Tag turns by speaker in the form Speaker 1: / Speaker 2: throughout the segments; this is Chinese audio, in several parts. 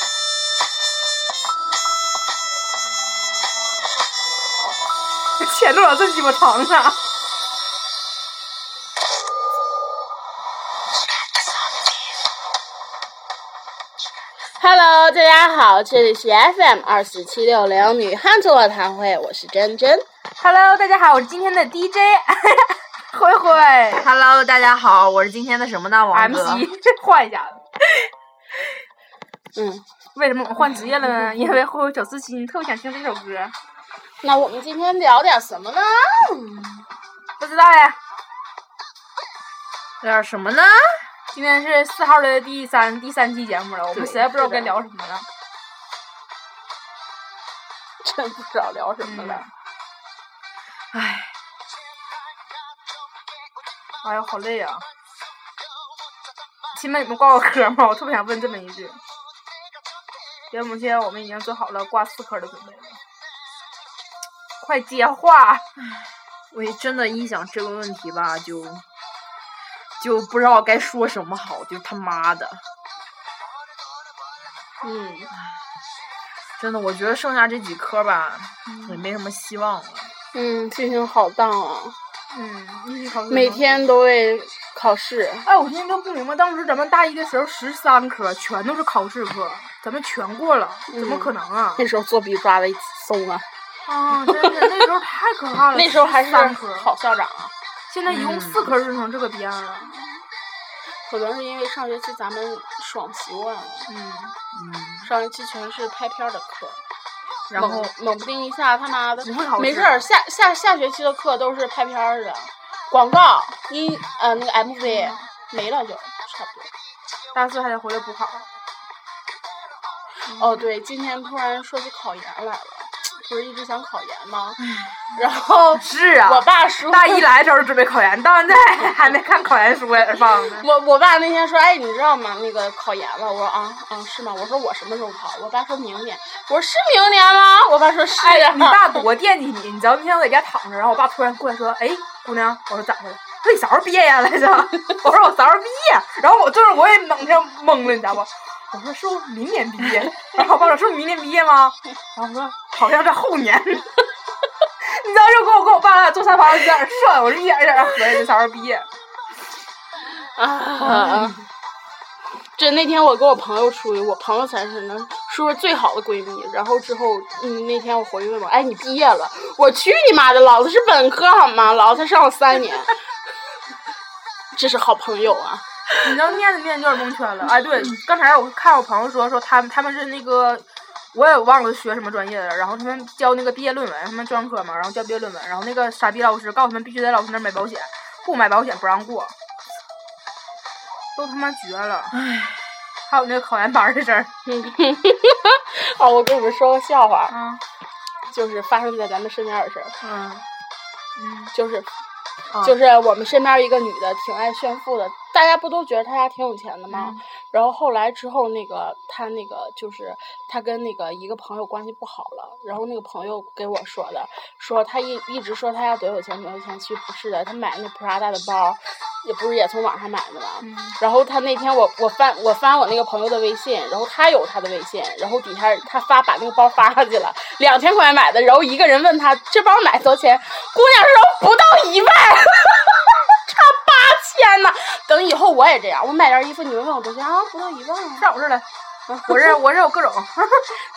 Speaker 1: 显露了真鸡巴长啊！
Speaker 2: Hello，大家好，这里是 FM 二四七六零女汉子座谈会，我是珍珍。
Speaker 1: Hello，大家好，我是今天的 DJ 慧慧
Speaker 3: Hello，大家好，我是今天的什么呢？王哥。
Speaker 1: MC，换一下。
Speaker 2: 嗯，
Speaker 1: 为什么我换职业了呢？因为慧慧小私心特别想听这首歌，
Speaker 2: 那我们今天聊点什么呢？
Speaker 1: 不知道呀。
Speaker 3: 聊点什么呢？
Speaker 1: 今天是四号的第三第三期节目了，我们
Speaker 3: 对
Speaker 1: 实在不知道
Speaker 2: 是的
Speaker 1: 该聊什么了。
Speaker 2: 真不知道聊什么了。
Speaker 3: 唉，
Speaker 1: 哎呦，好累啊！亲们，你们挂过科吗？我特别想问这么一句。因为我们现在我们已经做好了挂四科的准备了。快接话！
Speaker 3: 我也真的一想这个问题吧，就就不知道该说什么好，就他妈的，
Speaker 2: 嗯，
Speaker 3: 真的，我觉得剩下这几科吧，
Speaker 1: 嗯
Speaker 3: 也没什么希望了。
Speaker 2: 嗯，心情好荡啊，
Speaker 1: 嗯，一直考试
Speaker 2: 每天都为考试。
Speaker 1: 哎，我现在都不明白，当时咱们大一的时候十三科全都是考试科，咱们全过了，怎么可能 啊？
Speaker 2: 那时候作弊抓的松啊，
Speaker 1: 啊，真的，那时候太可怕了。
Speaker 2: 那时候还是
Speaker 1: 三科，
Speaker 2: 考校长啊。
Speaker 1: 现在一共四科就成这个逼样了。
Speaker 2: 可能是因为上学期咱们爽习惯了，
Speaker 1: 嗯，
Speaker 3: 嗯，
Speaker 2: 上学期全是拍片儿的课，
Speaker 3: 然后
Speaker 2: 猛猛不丁一下他妈的
Speaker 1: 你会考试？
Speaker 2: 没事儿，。下下下学期的课都是拍片儿的，广告、音呃那个
Speaker 1: 嗯
Speaker 2: MV 没了就差不多。
Speaker 1: 大四还得回来补考。嗯
Speaker 2: 哦，对，今天突然说起考研来了，不是一直想考研吗？然后
Speaker 1: 是啊，
Speaker 2: 我爸说，
Speaker 1: 大一来的时候准备考研，到现在还没看考研书也忘了。
Speaker 2: 我我爸那天说，哎，你知道吗？那个考研了。我说啊啊是吗？我说我什么时候考？我爸说明年。我说是明年吗？我爸说 是
Speaker 1: 哎
Speaker 2: 啊。，
Speaker 1: 你爸多惦记你，你知道那天我在家躺着，然后我爸突然过来说：“哎，姑娘，我说咋的了？他你啥时候毕业呀来着？”我说我啥时候毕业？然后我顿时我也弄成懵了，你知道不？我说是不是明年毕业？然后我爸说是不是明年毕业吗？然后我说好像是后年。 你知道，就跟我跟我爸俩坐沙发在那儿涮，我是一点一点地合计啥时候毕业。
Speaker 2: 啊！ 这那天我跟我朋友出去，我朋友才是那说是最好的闺蜜。然后之后，嗯，那天我回去问我，哎，你毕业了？我去你妈的，老子是本科好吗？老子才上了三年，这是好朋友啊！
Speaker 1: 你知道念着念着就有点蒙圈了。哎，对，刚才我看我朋友说说他们他们是那个，我也忘了学什么专业了。然后他们交那个毕业论文，他们专科嘛，然后交毕业论文。然后那个傻逼老师告诉他们必须在老师那儿买保险，不买保险不让过，都他妈绝了。还有那个考研班儿的事儿
Speaker 2: 哦，我跟你们说个笑话，
Speaker 1: 啊，
Speaker 2: 就是发生在咱们身边的事儿，
Speaker 1: 嗯嗯，
Speaker 2: 就是
Speaker 1: 啊
Speaker 2: 就是我们身边一个女的挺爱炫富的，大家不都觉得她家挺有钱的吗？
Speaker 3: 嗯
Speaker 2: 然后后来之后，那个她那个就是她跟那个一个朋友关系不好了，然后那个朋友给我说的，说她一一直说她家多有钱多有钱，其实不是的，她买那 Prada 的包，也不是也从网上买的吗？
Speaker 1: 嗯
Speaker 2: 然后他那天我我翻我翻我那个朋友的微信，然后他有他的微信，然后底下他发把那个包发上去了，两千块钱买的，然后一个人问他这包买多少钱，姑娘说不到一万， 差八千呢。等以后我也这样，我买件衣服，你们问我多少钱啊？不到一万啊，
Speaker 1: 上我这儿来，我这我这有各种。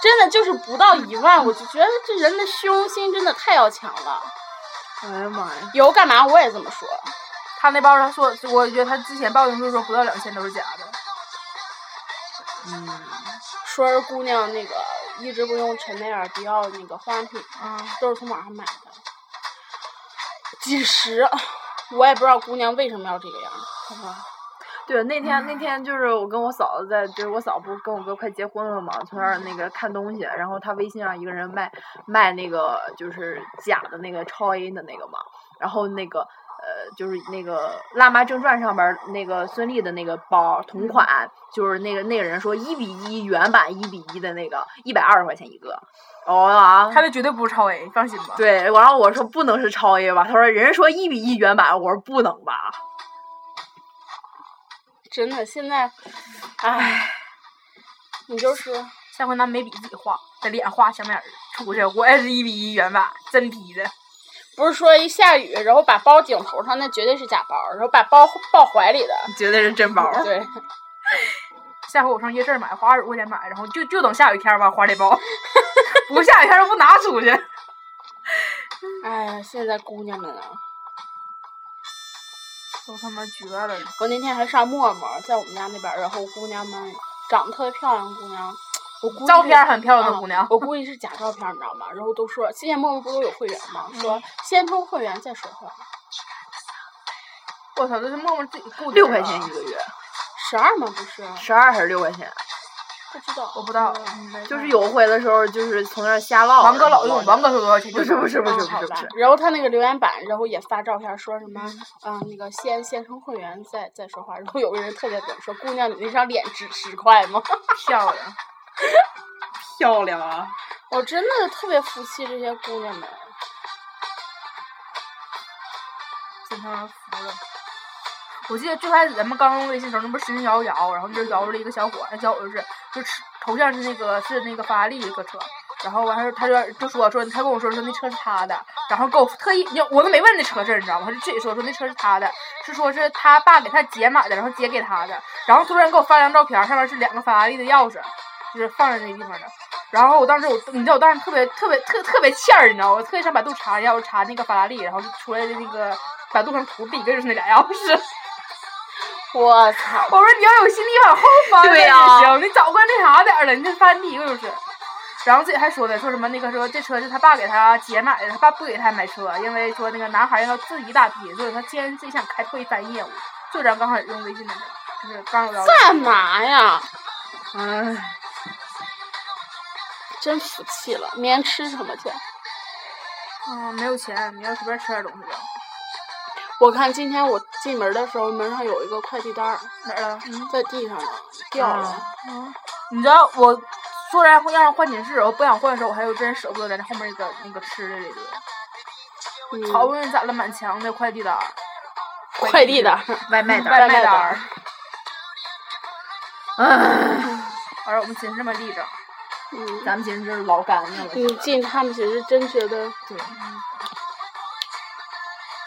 Speaker 2: 真的就是不到一万，我就觉得这人的虚荣心真的太要强了。
Speaker 3: 哎呀妈呀，
Speaker 2: 以后干嘛我也这么说，
Speaker 1: 他那包他说，我觉得他之前报的时候说不到两千都是假的。
Speaker 3: 嗯，
Speaker 2: 说是姑娘那个一直不用陈奈尔、迪奥那个化妆品
Speaker 3: 啊
Speaker 1: 嗯，
Speaker 2: 都是从网上买的，几十，我也不知道姑娘为什么要这个样，好吧？
Speaker 3: 对，那天那天就是我跟我嫂子在，就是我嫂不是跟我哥快结婚了嘛，从那儿那个看东西，然后他微信上一个人卖卖那个就是假的那个超 A 的那个嘛，然后那个呃就是那个《辣妈正传》上边儿那个孙俪的那个包
Speaker 1: 嗯
Speaker 3: 同款，就是那个那个人说一比一原版一比一的那个一百二十块钱一个，哦啊。
Speaker 1: 他那绝对不是超 A，放心吧。
Speaker 3: 对，然后我说不能是超 A 吧，他说人家说一比一原版，我说不能吧，
Speaker 2: 真的，现在，唉，你就是
Speaker 1: 下回拿眉笔自己画，把脸画香奈儿出去，我也是一比一原版，真逼的。
Speaker 2: 不是说一下雨，然后把包顶头上，那绝对是假包，然后把包抱怀里的，
Speaker 3: 绝对是真包。
Speaker 2: 对，
Speaker 1: 下回我上夜市买，花二十块钱买，然后就就等下雨天吧，花这包。 不下雨天儿不拿出去。
Speaker 2: 哎呀，现在姑娘们啊，
Speaker 1: 都他妈绝了！
Speaker 2: 我那天还上陌陌，在我们家那边儿，然后姑娘们长得特别漂亮的姑娘，我估计
Speaker 1: 照
Speaker 2: 是
Speaker 1: 片儿很漂亮的
Speaker 2: 啊
Speaker 1: 姑娘
Speaker 2: 我估计是假照片儿，你知道吗？然后都说现在陌陌不都有会员吗？
Speaker 1: 嗯
Speaker 2: 说先充会员再说话，
Speaker 1: 我操，这是默默自己雇的。
Speaker 3: 六块钱一个月，
Speaker 2: 十二吗？不是，
Speaker 3: 十二还是六块钱？
Speaker 2: 不知道，嗯
Speaker 1: 我不知道，
Speaker 3: 就是有回的时候，就是从那儿瞎唠。
Speaker 1: 王哥老
Speaker 3: 用
Speaker 1: 用，王哥说多少钱？
Speaker 3: 不是不是不
Speaker 2: 嗯
Speaker 3: 是不
Speaker 2: 好
Speaker 3: 是不
Speaker 2: 吧
Speaker 3: 是，，
Speaker 2: 然后他那个留言板，然后也发照片，说什么，嗯、那个先先充会员再再说话。然后有个人特别梗，说姑娘，你那张脸值十块吗？
Speaker 1: 漂亮。
Speaker 3: 漂亮啊！
Speaker 2: 我真的特别服气这些姑娘们。
Speaker 1: 真他妈服了！我记得最开始咱们刚用微信的时候，那不是使劲摇一摇，然后就摇着一个小伙，那小伙就是就吃头像是那个是那个法拉利一个车，然后完事儿他就就说说他跟我说说那车是他的，然后给我特意我都没问那车事儿，你知道吗？他就自己说说那车是他的，是说是他爸给他姐买的，然后姐给他的，然后突然给我发张照片，上面是两个法拉利的钥匙，就是放在那地方的。然后我当时我，你知道我当时特别特别特特别欠儿，你知道吗？我特意上百度查一下，我查那个法拉利，然后就出来的那个百度上图第一个就是那俩钥匙。
Speaker 2: 我操！
Speaker 1: 我说你要有心理往后翻
Speaker 3: 对
Speaker 1: 也
Speaker 3: 呀
Speaker 1: 行，你早关那啥点儿了，你这翻第一个就是。然后自己还说呢，说什么那个说这车是他爸给他姐买的，他爸不给他买车，因为说那个男孩让他自己打拼，所以他既然自己想开拓一番业务，就咱刚开始用微信的时候，就是刚聊。
Speaker 2: 干嘛呀？
Speaker 3: 唉，
Speaker 2: 真服气了，明天吃什么去？
Speaker 1: 嗯，没有钱，你要随便吃点东西吧。
Speaker 2: 我看今天我进门的时候，门上有一个快递单儿，
Speaker 1: 哪儿了？
Speaker 2: 在地上呢，掉了。
Speaker 1: 你知道我说然会让人换寝室，我不想换的时候，我还有真舍不得在那后面那个那个吃的里头，
Speaker 2: 嗯
Speaker 1: 好不容易攒了满墙的快递单儿、
Speaker 2: 快递单儿，
Speaker 3: 外卖单
Speaker 1: 外
Speaker 2: 卖
Speaker 3: 儿，
Speaker 1: 卖
Speaker 2: 单
Speaker 1: 单
Speaker 2: 儿
Speaker 1: 儿，
Speaker 3: 唉，
Speaker 1: 完了我们寝室们立着。
Speaker 2: 嗯，
Speaker 3: 咱们今天真是老干净了。
Speaker 2: 你进他们寝室真觉得
Speaker 3: 对，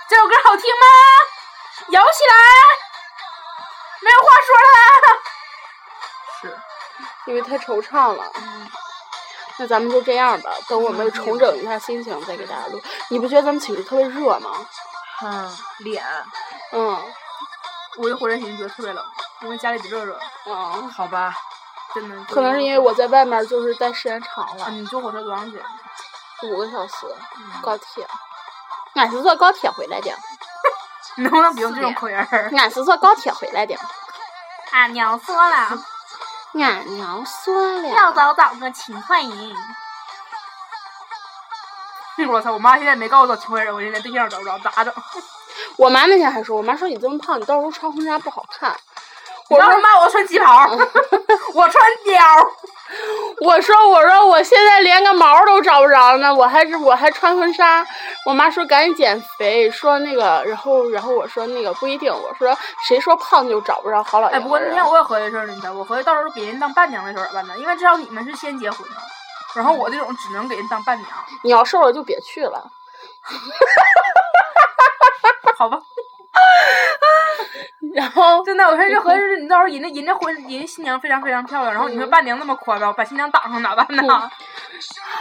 Speaker 1: 这首歌好听吗？摇起来，没有话说了。
Speaker 3: 是。
Speaker 2: 因为太惆怅了。那咱们就这样吧，等我们重整一下心情再给大家录。你不觉得咱们寝室特别热吗？
Speaker 3: 嗯，脸
Speaker 2: 嗯
Speaker 1: 我一回身形觉得特别冷，因为家里比热热，
Speaker 2: 嗯，
Speaker 3: 好吧，
Speaker 1: 真的。
Speaker 2: 可能是因为我在外面就是待时间长
Speaker 1: 啊，
Speaker 2: 了，
Speaker 1: 你坐火车多长时间？
Speaker 2: 五个小时，高铁。俺是坐高铁回来的，
Speaker 1: 你能不能不用这种口音儿？
Speaker 2: 俺是坐高铁回来的。
Speaker 1: 俺娘啊说了，
Speaker 2: 俺娘说了，
Speaker 1: 早找个勤快人。我操！我妈现在没告诉我勤快人，我现在对象找不着，咋整？
Speaker 2: 我妈那天还说，我妈说你这么胖，你到时候穿婚纱不好看。
Speaker 1: 我
Speaker 2: 我
Speaker 1: 说
Speaker 2: 说
Speaker 1: 妈，我要穿旗袍，我穿貂儿。
Speaker 2: 我说我说我现在连个毛都找不着呢，我还是我还穿婚纱。我妈说赶紧减肥，说那个，然后然后我说那个不一定，我说谁说胖就找不着好老爷
Speaker 1: 哎，
Speaker 2: 们
Speaker 1: 不过
Speaker 2: 儿
Speaker 1: 那
Speaker 2: 啊
Speaker 1: 天我也合计事儿，你知道，我合计到时候给人当伴娘那事儿咋办呢？因为知道你们是先结婚的，然后我这种只能给人当伴娘，
Speaker 2: 你要瘦了就别去了。
Speaker 1: 好吧？
Speaker 2: 然后
Speaker 1: 真的，我说这合计是，你到时候人家人家婚人家新娘非常非常漂亮，然后你们伴娘那么宽吧，把新娘挡上咋办呢？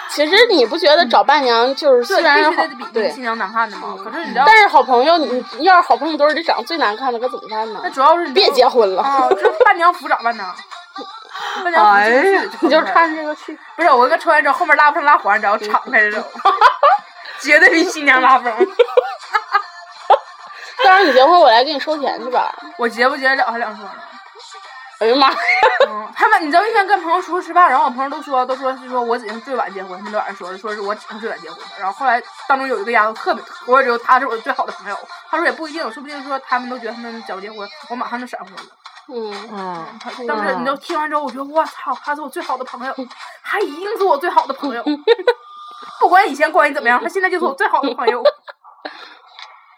Speaker 2: 其实你不觉得找伴娘就是
Speaker 1: 对，
Speaker 2: 虽然
Speaker 1: 必须
Speaker 2: 好
Speaker 1: 得比比
Speaker 2: 对嗯
Speaker 1: 新，娘难看的嘛。可是你知道，
Speaker 2: 但是好朋友你你要是好朋友都是你长得最难看的，可怎么办呢
Speaker 1: 那？主要是你
Speaker 2: 别结婚了，
Speaker 1: 啊，这伴娘服咋办 呢？伴娘服进不去
Speaker 2: 哎你就
Speaker 1: 出来了
Speaker 2: 穿这个去。
Speaker 1: 不是，我跟穿完之后后面拉不上拉环，然后敞开这种， 绝对比新娘拉风。
Speaker 2: 到时候你结婚我来给你收钱去吧。
Speaker 1: 我结不结得了还两说呢。
Speaker 2: 哎呀妈呀！
Speaker 1: 嗯，他们你知道那天跟朋友出去吃饭，然后我朋友都说都说是说我姐是最晚结婚，他们都晚上说的说是我姐是最晚结婚的。然后后来当中有一个丫头特别，我也觉得她是我最好的朋友。她说也不一定，说不定说他们都觉得他们早结婚，我马上就闪婚了。
Speaker 2: 嗯，
Speaker 3: 嗯，
Speaker 1: 她当时你知道听完之后，我觉得我操，她是我最好的朋友，她一定是我最好的朋友。不管以前关系怎么样，她现在就是我最好的朋友。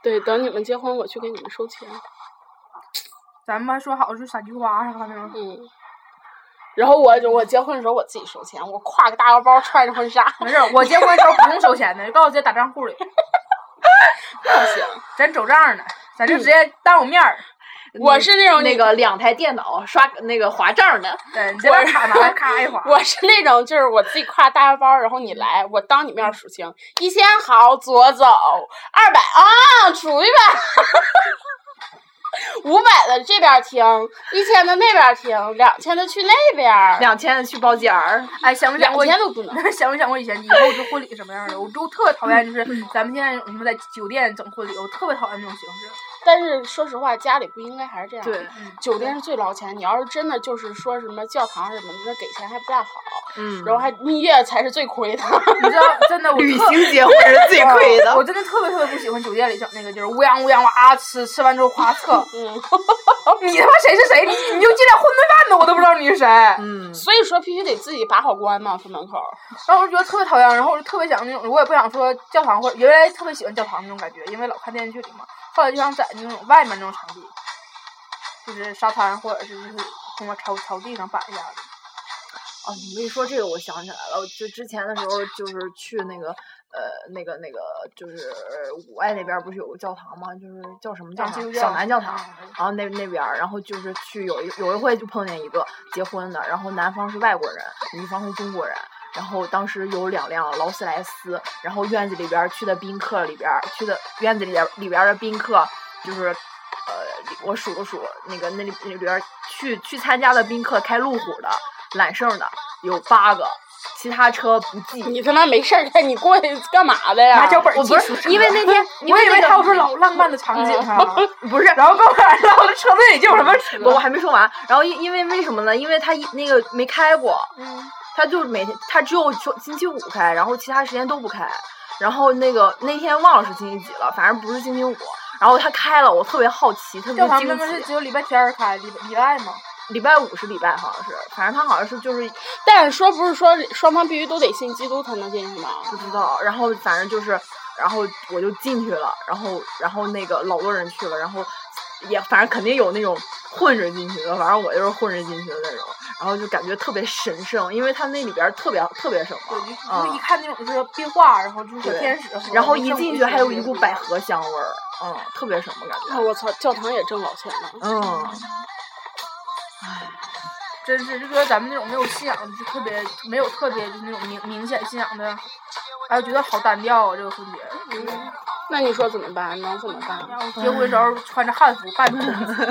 Speaker 2: 对，等你们结婚我去给你们收钱。
Speaker 1: 咱们说好是撒菊花啥的吗？
Speaker 2: 嗯，然后我就我结婚的时候我自己收钱，我挎个大腰包，穿着婚纱，
Speaker 1: 没事儿，我结婚的时候不用收钱的，告诉我直接打账户里。
Speaker 2: 不行，
Speaker 1: 咱走账呢，咱就直接当我面儿，
Speaker 2: 我是那种
Speaker 3: 那个两台电脑刷那个划账的，
Speaker 1: 对，你直接把卡拿来咔一划。
Speaker 2: 我是那种就是我自己挎大包，然后你来，我当你面儿数清，一千好左走，二百啊出去吧， 五百的这边儿听，一千的那边儿听，两千的去那边儿，
Speaker 3: 两千去包间儿，
Speaker 1: 哎，想没想
Speaker 2: 两
Speaker 1: 过？
Speaker 2: 千都不能。
Speaker 1: 想没想过以前以后就婚礼什么样的？我就特讨厌，就是
Speaker 3: 嗯
Speaker 1: 咱们现在我们在酒店整婚礼，我特别讨厌这种形式。
Speaker 2: 但是说实话，家里不应该还是这样。
Speaker 3: 对，
Speaker 2: 酒店是最捞钱。你要是真的就是说什么教堂什么的，那给钱还不大好，
Speaker 3: 嗯
Speaker 2: 然后还蜜月才是最亏的。
Speaker 1: 你知道，真的我
Speaker 3: 旅
Speaker 1: 特
Speaker 3: 行结婚是最亏 的
Speaker 1: 我。真的特别特别不喜欢酒店里整那个，就是乌泱乌泱哇吃，吃完之后夸测，
Speaker 2: 嗯，
Speaker 1: 你他妈谁是谁？你你就进来混顿饭的，我都不知道你是谁。
Speaker 3: 嗯，
Speaker 2: 所以说必须得自己把好关嘛，出门口。
Speaker 1: 然后我就觉得特别讨厌，然后我就特别想那种，我也不想说教堂或者原来特别喜欢教堂那种感觉，因为老看电视剧里嘛。后来就想在那种外面那种场地，就是沙滩或者是就是什么草草地上摆一下子。
Speaker 3: 哦，你一说这个，我想起来了，我就之前的时候就是去那个呃那个那个就是五爱那边儿不是有个教堂吗？就是叫什么教
Speaker 1: 啊基
Speaker 3: 堂？
Speaker 1: 督
Speaker 3: 小
Speaker 1: 教
Speaker 3: 南教堂。然后那那边儿，然后就是去有一有一回就碰见一个结婚的，然后男方是外国人，女方是中国人。然后当时有两辆劳斯莱斯，然后院子里边儿去的宾客里边儿去的院子里边儿里边儿的宾客，就是呃我数了数，那个那里那里边儿去去参加的宾客开路虎的、揽胜的有八个，其他车不计。
Speaker 2: 你他妈没事儿干，你过去干嘛的呀？
Speaker 1: 拿脚本儿
Speaker 3: 我
Speaker 1: 记
Speaker 3: 不
Speaker 1: 数
Speaker 3: 是
Speaker 1: 车
Speaker 3: 因为那天，因
Speaker 1: 我以
Speaker 3: 那
Speaker 1: 为
Speaker 3: 个
Speaker 1: 他会说老浪漫的场景啊，
Speaker 3: 不是，
Speaker 1: 然后跟我俩唠了车队里就有什么啊车，
Speaker 3: 我我还没说完。然后因因为为什么呢？因为他一那个没开过，
Speaker 1: 嗯
Speaker 3: 他就每天他只有周星期五开，然后其他时间都不开。然后那个那天忘了是星期几了，反正不是星期五。然后他开了，我特别好奇，特别
Speaker 1: 教堂
Speaker 3: 惊
Speaker 1: 他们是
Speaker 3: 喜。
Speaker 1: 只有礼拜天儿开，礼礼拜嘛。
Speaker 3: 礼拜五是礼拜好像是，反正他好像是就是
Speaker 2: 但是说不是说双方必须都得信基督才能进去吗？
Speaker 3: 不知道。然后反正就是，然后我就进去了，然后然后那个老多人去了，然后也反正肯定有那种混着进去的，反正我就是混着进去的那种。然后就感觉特别神圣，因为他那里边儿特别特别什
Speaker 1: 对，
Speaker 3: 么
Speaker 1: 就，就一
Speaker 3: 嗯，
Speaker 1: 看那种就是壁画，然后就是小
Speaker 3: 对
Speaker 1: 天使和
Speaker 3: 然后
Speaker 1: 那
Speaker 3: 一
Speaker 1: 圣
Speaker 3: 进
Speaker 1: 母
Speaker 3: 去还有
Speaker 1: 之
Speaker 3: 一
Speaker 1: 类
Speaker 3: 股
Speaker 1: 的
Speaker 3: 百合香味儿，嗯，特别什么感
Speaker 2: 哎，
Speaker 3: 觉，
Speaker 2: 我操，教堂也挣老钱了。
Speaker 3: 嗯，
Speaker 1: 真是就觉得咱们那种没有信仰，就是特别没有特别就是那种明明显信仰的，哎，我觉得好单调啊，这个婚节。
Speaker 3: 嗯
Speaker 2: 那你说怎么办？能怎么办？
Speaker 1: 结婚时候穿着汉服拜孔子，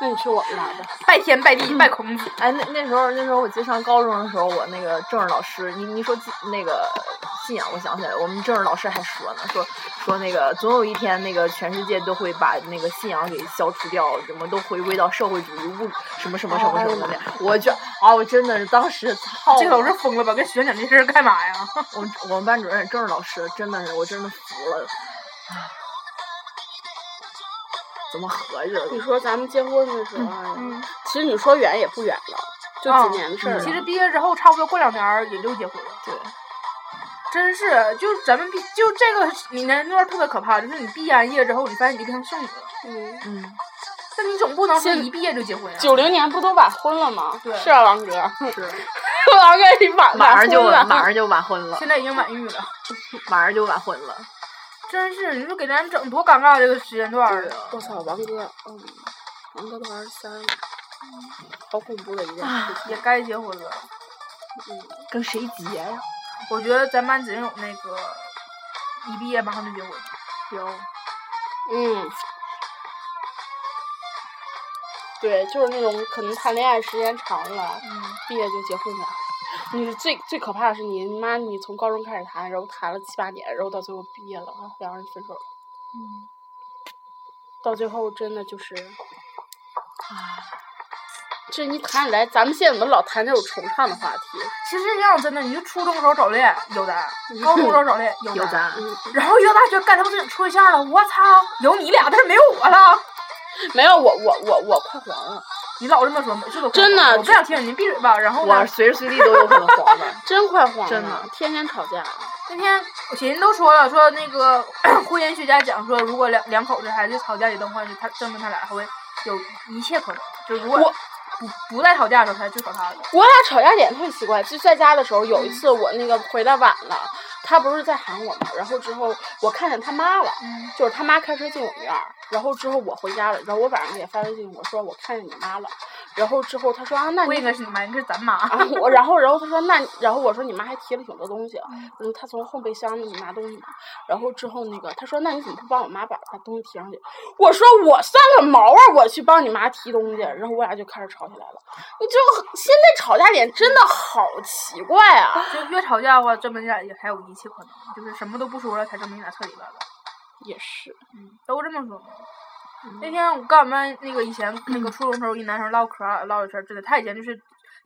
Speaker 2: 那你去我们那儿吧。
Speaker 1: 拜天拜地拜孔子，
Speaker 3: 哎，那那时候那时候我记得上高中的时候，我那个政治老师，你你说信那个信仰，我想起来了，我们政治老师还说呢，说说那个总有一天那个全世界都会把那个信仰给消除掉，什么都回归到社会主义物什么什么什么什么的。我觉啊，我真的是当时操，
Speaker 1: 这老师疯了吧？跟学生讲这事儿干嘛呀？
Speaker 3: 我们我们班主任政治老师真的是我真的服了，唉怎么合计的？
Speaker 2: 你说咱们结婚的时候啊，
Speaker 1: 嗯，
Speaker 2: 其实你说远也不远了，就
Speaker 1: 啊
Speaker 2: 几年的事儿了。
Speaker 1: 其实毕业之后差不多过两年儿也就结婚了。
Speaker 3: 对，
Speaker 1: 真是，就是咱们毕，就这个你那那段儿特别可怕，就是你毕完业之后，你发现你就变成剩女了，
Speaker 2: 嗯，
Speaker 3: 嗯，
Speaker 1: 但你总不能说
Speaker 2: 现
Speaker 1: 一毕业就结婚呀、
Speaker 2: 九零年不都晚婚了吗？
Speaker 1: 对
Speaker 2: 是啊，王哥，
Speaker 3: 是，
Speaker 2: 王哥你晚
Speaker 3: 马上就
Speaker 2: 晚婚
Speaker 3: 嗯马
Speaker 2: 了。
Speaker 3: 上就晚婚了
Speaker 1: 现，在已经满月了，
Speaker 3: 马上就晚婚了。
Speaker 1: 真是，你说给咱整多尴尬这个时间段儿啊！
Speaker 2: 我操，王哥，嗯，王哥都二十三了，好恐怖的一件事情。
Speaker 1: 也该结婚了。
Speaker 2: 嗯，
Speaker 3: 跟谁结呀、
Speaker 1: 我觉得咱班真有那个一毕业马上就结婚，有
Speaker 2: 嗯，对，就是那种可能谈恋爱时间长了，
Speaker 1: 嗯，
Speaker 2: 毕业就结婚了。你是最最可怕的是你妈，你从高中开始谈，然后谈了七八年，然后到最后毕业了，然后两个人分手了。
Speaker 1: 嗯，
Speaker 2: 到最后真的就是，唉，这一谈起来，咱们现在怎么老谈这种惆怅的话题？
Speaker 1: 其实这样真的，你就初中时候早恋有 的，高中时候早恋有的，
Speaker 3: 有咱。
Speaker 2: 嗯，
Speaker 1: 然后一到大学干他妈自己处对象了，我操，有你俩，但是没有我了。
Speaker 2: 没有我我我我快黄了，
Speaker 1: 你老这么说，每次都
Speaker 2: 真
Speaker 1: 跟我
Speaker 2: 的
Speaker 1: 说我不想听你，闭嘴吧。然后呢
Speaker 3: 我，随时随地都有可能黄的。
Speaker 2: 真快黄了，
Speaker 3: 真的
Speaker 2: 天天吵架。
Speaker 1: 那天我寻思都说了，说那个 婚姻学家讲说，如果两两口子孩子吵架也灯换，就他证明他俩还会有一切可能。就如果
Speaker 2: 我
Speaker 1: 不不再吵架的时候，他就找他了。
Speaker 2: 我俩吵架点特别奇怪，就在家的时候，有一次我那个回来晚了，他不是在韩国嘛，然后之后我看见他妈了，
Speaker 1: 嗯
Speaker 2: 就是他妈开车进我们院儿，然后之后我回家了，然后我晚上给发微信，我说我看见你妈了，然后之后他说啊，那
Speaker 1: 不
Speaker 2: 你
Speaker 1: 应该是你妈，应该是咱妈。
Speaker 2: 啊， 我然后然后他说那，然后我说你妈还提了挺多东西，嗯，他从后备箱那里拿东西嘛，然后之后那个他说那你怎么不帮我妈把把东西提上去？我说我算个毛啊，我去帮你妈提东西，然后我俩就开始吵起来了。你就现在吵架点真的好奇怪啊，
Speaker 1: 就越吵架的话，这么一点也才有义气可能，就是什么都不说了，才证明你俩彻底了的。
Speaker 2: 也是，
Speaker 1: 嗯，都这么说嘛。那天我跟我们那个以前那个初中时候一男生唠嗑儿唠一事儿，真的，他以前就是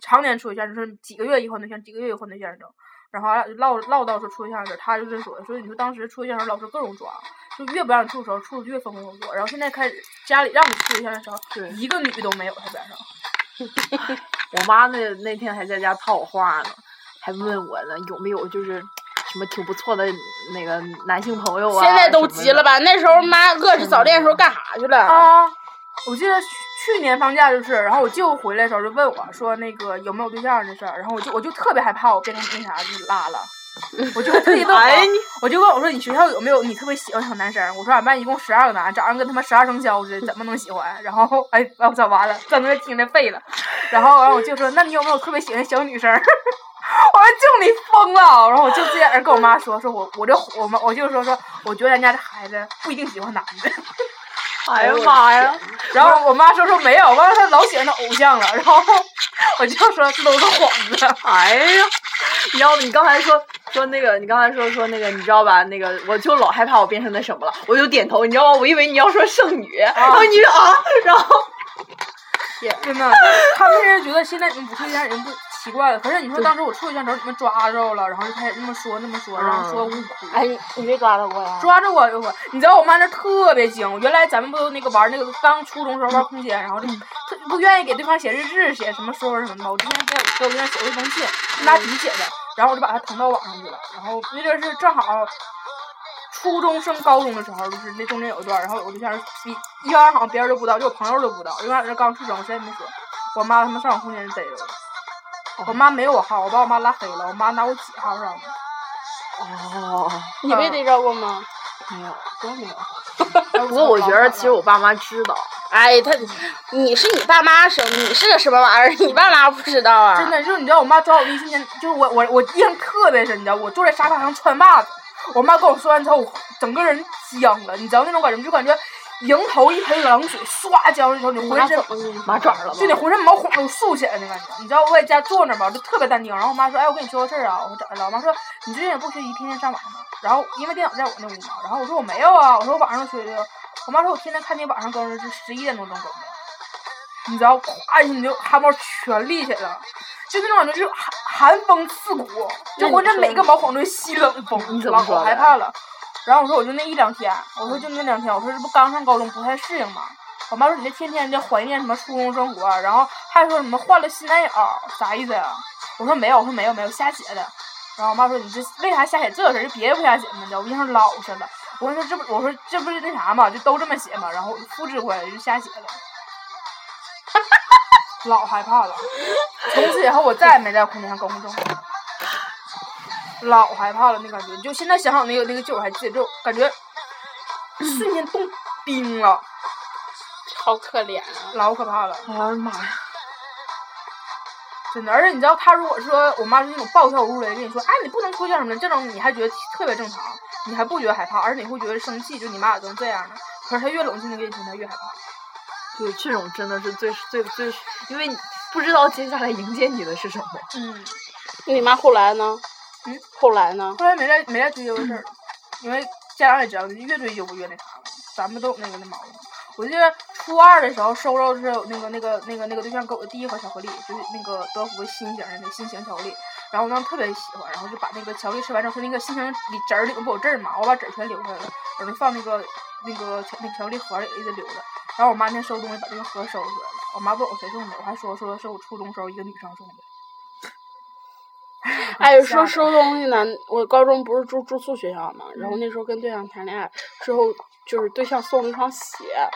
Speaker 1: 常年处对象，就是几个月一换对象，几个月一换对象那种。然后俺俩就唠唠到说处对象的事儿，他就认说，说你说当时处对象的时候老师各种抓，就越不让你处的时候处的越风风火火，然后现在开始家里让你处对象的时候，
Speaker 3: 对
Speaker 1: 一个女都没有他边上。
Speaker 3: 我妈那那天还在家套我话呢，还问我呢有没有就是什么挺不错的那个男性朋友啊。
Speaker 2: 现在都急了
Speaker 3: 吧？
Speaker 2: 吧？那时候妈饿着早恋的时候干啥去了？
Speaker 1: 啊，我记得去去年放假就是，然后我舅回来的时候就问我说那个有没有对象这事儿，然后我就我就特别害怕我变成那啥就是拉了。我就 特意问我，
Speaker 3: 哎你
Speaker 1: 我就问我说你学校有没有你特别喜欢的小男生？我说俺班一共十二个男，长得跟他妈十二生肖似的，怎么能喜欢？然后哎，我操，完了，在那听着废了。然后然后我舅说，那你有没有特别喜欢的小女生？ 我说舅你疯了，然后我就自己在那儿跟我妈说，说我我这我妈我舅说说，我觉得咱家这孩子不一定喜欢男的。
Speaker 3: 哎呀妈呀！
Speaker 1: 然后我妈说说没有，完了她老喜欢她偶像了，然后我就说这都是幌子。
Speaker 3: 哎呀， 你知道吗？你刚才说说那个，你刚才说说那个，你知道吧？那个，我就老害怕我变成那什么了，我就点头，你知道吗？我以为你要说剩女，然后你说啊，然后
Speaker 1: 真的，他们现在觉得现在你们不处对象已经不奇怪了，可是你说当时我处对象的时候，你们抓着了，然后就开始那么说那么说，然后说我哭。
Speaker 2: 哎，你你被抓到过呀？
Speaker 1: 抓着我一会儿，你知道我妈那特别精。原来咱们不都那个玩那个刚初中时候玩空间，然后就
Speaker 3: 嗯
Speaker 1: 特不愿意给对方写日志，写什么说说什么的嘛。我之前给我给我对象写过一封信，拿笔写的，然后我就把它腾到网上去了。然后那阵儿是正好初中升高中的时候，就是那中间有一段，然后有个对象是比一般好像别人都不知道，就我朋友都不知道，因为俺这刚出生，谁也没说。我妈他妈上我空间就逮
Speaker 3: 哦
Speaker 1: 着了，我妈没有我号，我把我妈拉黑了，我妈拿我姐号上的。
Speaker 3: 哦，
Speaker 2: 你被逮着过吗？
Speaker 3: 没有。
Speaker 2: 我没有。
Speaker 3: 不过我觉得，其实我爸妈知道，
Speaker 2: 哎，他，你是你爸妈生，你是个什么玩意儿？你爸妈不知道啊？
Speaker 1: 真的就是你知道，我妈抓我的一瞬间，就是我我我印象特别深，你知道，我坐在沙发上穿袜子，我妈跟我说完之后，我整个人僵了，你知道那种感觉吗，就感觉迎头一盆冷水唰浇的时候，你
Speaker 2: 你
Speaker 1: 浑
Speaker 2: 妈
Speaker 1: 身
Speaker 2: 怎么给你
Speaker 3: 麻爪了
Speaker 1: 就你
Speaker 3: 吗？
Speaker 1: 浑身毛孔都竖起来那感觉。你知道我在家坐那吧，就特别淡定。然后我妈说：“哎，我跟你说个事儿啊。”我说：“咋的了？”我妈说：“你最近也不学习，天天上网吗？”然后因为电脑在我那屋嘛，然后我说：“我没有啊。”我说：“我晚上都学习。”我妈说：“我天天看你晚上更日志，十一点钟更更的。”你知道，咵一下你就汗毛全立起来了，就那种感觉，就是寒寒风刺骨，就浑身每个毛孔都是吸冷风，
Speaker 3: 你
Speaker 1: 知
Speaker 3: 怎
Speaker 1: 道
Speaker 3: 么
Speaker 1: 吗？
Speaker 3: 说
Speaker 1: 我
Speaker 3: 的
Speaker 1: 害怕了。然后我说我就那一两天，我说就那两天，我说这不刚上高中不太适应吗？我妈说你这天天的怀念什么初中生活，啊然后还说什么换了新男友，啥意思呀、我说没有，我说没有没有瞎写的。然后我妈说你这为啥瞎写这个事儿？就别人不瞎写嘛，你知道我印象老深了。我说这不我说这不是那啥嘛，就都这么写嘛，然后我就复制过来就瞎写的。 老害怕了，从此以后我再也没在空间上高中生活。老害怕了，那感觉，就现在想想那个那个劲儿，我还记得，就感觉瞬间冻冰了，
Speaker 2: 好可怜啊！
Speaker 1: 老可怕了，
Speaker 3: 哎呀妈呀！
Speaker 1: 真的。而且你知道，他如果说我妈是那种暴跳如雷跟你说，哎，你不能出去什么的，这种你还觉得特别正常，你还不觉得害怕，而且你会觉得生气，就你妈咋都这样呢？可是他越冷静的跟你听，他越害怕。
Speaker 3: 对，这种真的是最最最，因为你不知道接下来迎接你的是什么。
Speaker 1: 嗯，
Speaker 2: 你妈后来呢？
Speaker 1: 嗯，
Speaker 2: 后来呢？
Speaker 1: 后来没再没再追究这事儿了，因为家长也知道，越追究越那啥了。咱们都有那个那毛病。我记得初二的时候收到是有那个那个那个那个对象给我的第一盒巧克力，就是那个德芙心形的那个心形巧克力，然后我当时特别喜欢，然后就把那个巧克力吃完之后，它那个心形里籽儿里不有籽儿嘛，我把籽儿全留下来了，我就放那个那个巧那个巧克力盒里一直留着。然后我妈那天收东西把这个盒收出来了，我妈问我谁送的，我还说说是我初中时候一个女生送的。
Speaker 2: 哎，说收东西呢，我高中不是住住宿学校嘛，然后
Speaker 3: 嗯
Speaker 2: 那时候跟对象谈恋爱之后，就是对象送了一双鞋，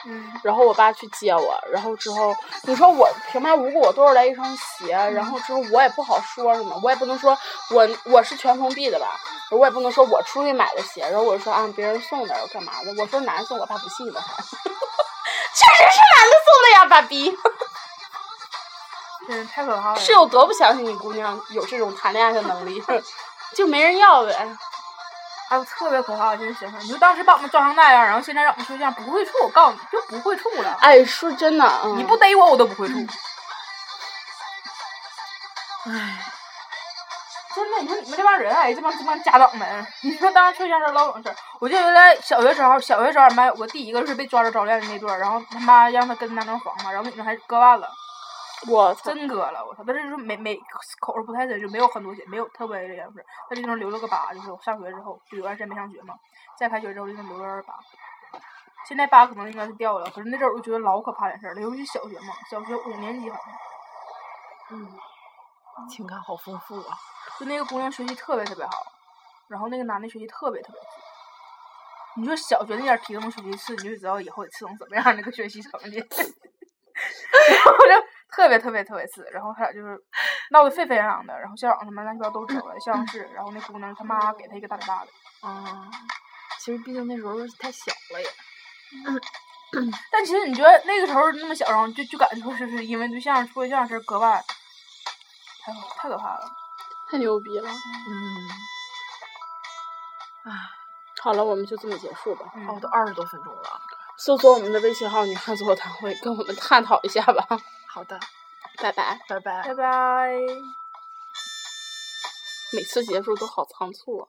Speaker 1: 嗯，
Speaker 2: 然后我爸去接我，然后之后你说我平白无故我多出来一双鞋，然
Speaker 3: 嗯
Speaker 2: 后之后我也不好说什么，我也不能说我我是全封闭的吧，我也不能说我出去买的鞋，然后我说啊别人送的干嘛的，我说男送，我爸不信的还， 确实是男的送的呀，爸比。
Speaker 1: 真是太可怕了。
Speaker 2: 是有多不相信你姑娘有这种谈恋爱的能力， 就没人要呗。
Speaker 1: 哎呦，特别可怕，这个学生，你就当时把我们装成那样，然后现在让我们说这样，不会处，我告诉你，就不会处了。
Speaker 2: 哎，说真的，嗯、
Speaker 1: 你不逮我，我都不会处。
Speaker 2: 嗯
Speaker 3: 唉，
Speaker 1: 真的，你说你们这帮人，哎，这帮这帮家长们，你说当时确实是老懂事儿。我记得原来小学时候，小学时候俺们有个第一个是被抓着早恋的那对儿，然后他妈让他跟男生房嘛，然后女生还割腕了，
Speaker 2: 我操，
Speaker 1: 真割了，我操！但是就是没没口儿不太真，就没有很多血，没有特别的严重，但是就是留了个疤，就是我上学之后就有段时间没上学嘛，再开学之后就能留了疤。现在疤可能应该是掉了，可是那阵儿我就觉得老可怕点事儿了，尤其小学嘛，小学五年级好像。
Speaker 3: 情感好丰富啊！
Speaker 1: 就那个姑娘学习特别特别好，然后那个男的学习特别特别好。你说小学那点儿提升学习次，你就知道以后得次成什么样儿那个学习成绩。 然后就特别特别特别次，然后他俩就是闹得沸沸扬扬的，然后校长他们乱七八糟都知道了，校长室，然后那姑娘他妈给他一个大嘴巴子。
Speaker 3: 啊，其实毕竟那时候太小了也。
Speaker 1: 但其实你觉得那个时候那么小，然后就就感觉说就是因为对象处对象是格外，太可太可怕了。
Speaker 2: 太牛逼了。
Speaker 3: 嗯。
Speaker 2: 好了，我们就这么结束吧。
Speaker 1: 嗯
Speaker 3: 哦，都二十多分钟了。
Speaker 2: 搜索我们的微信号“女汉子座谈会”，跟我们探讨一下吧。
Speaker 3: 好的，
Speaker 2: 拜拜。
Speaker 3: 拜拜。
Speaker 1: 拜拜。
Speaker 2: 每次结束都好仓促啊。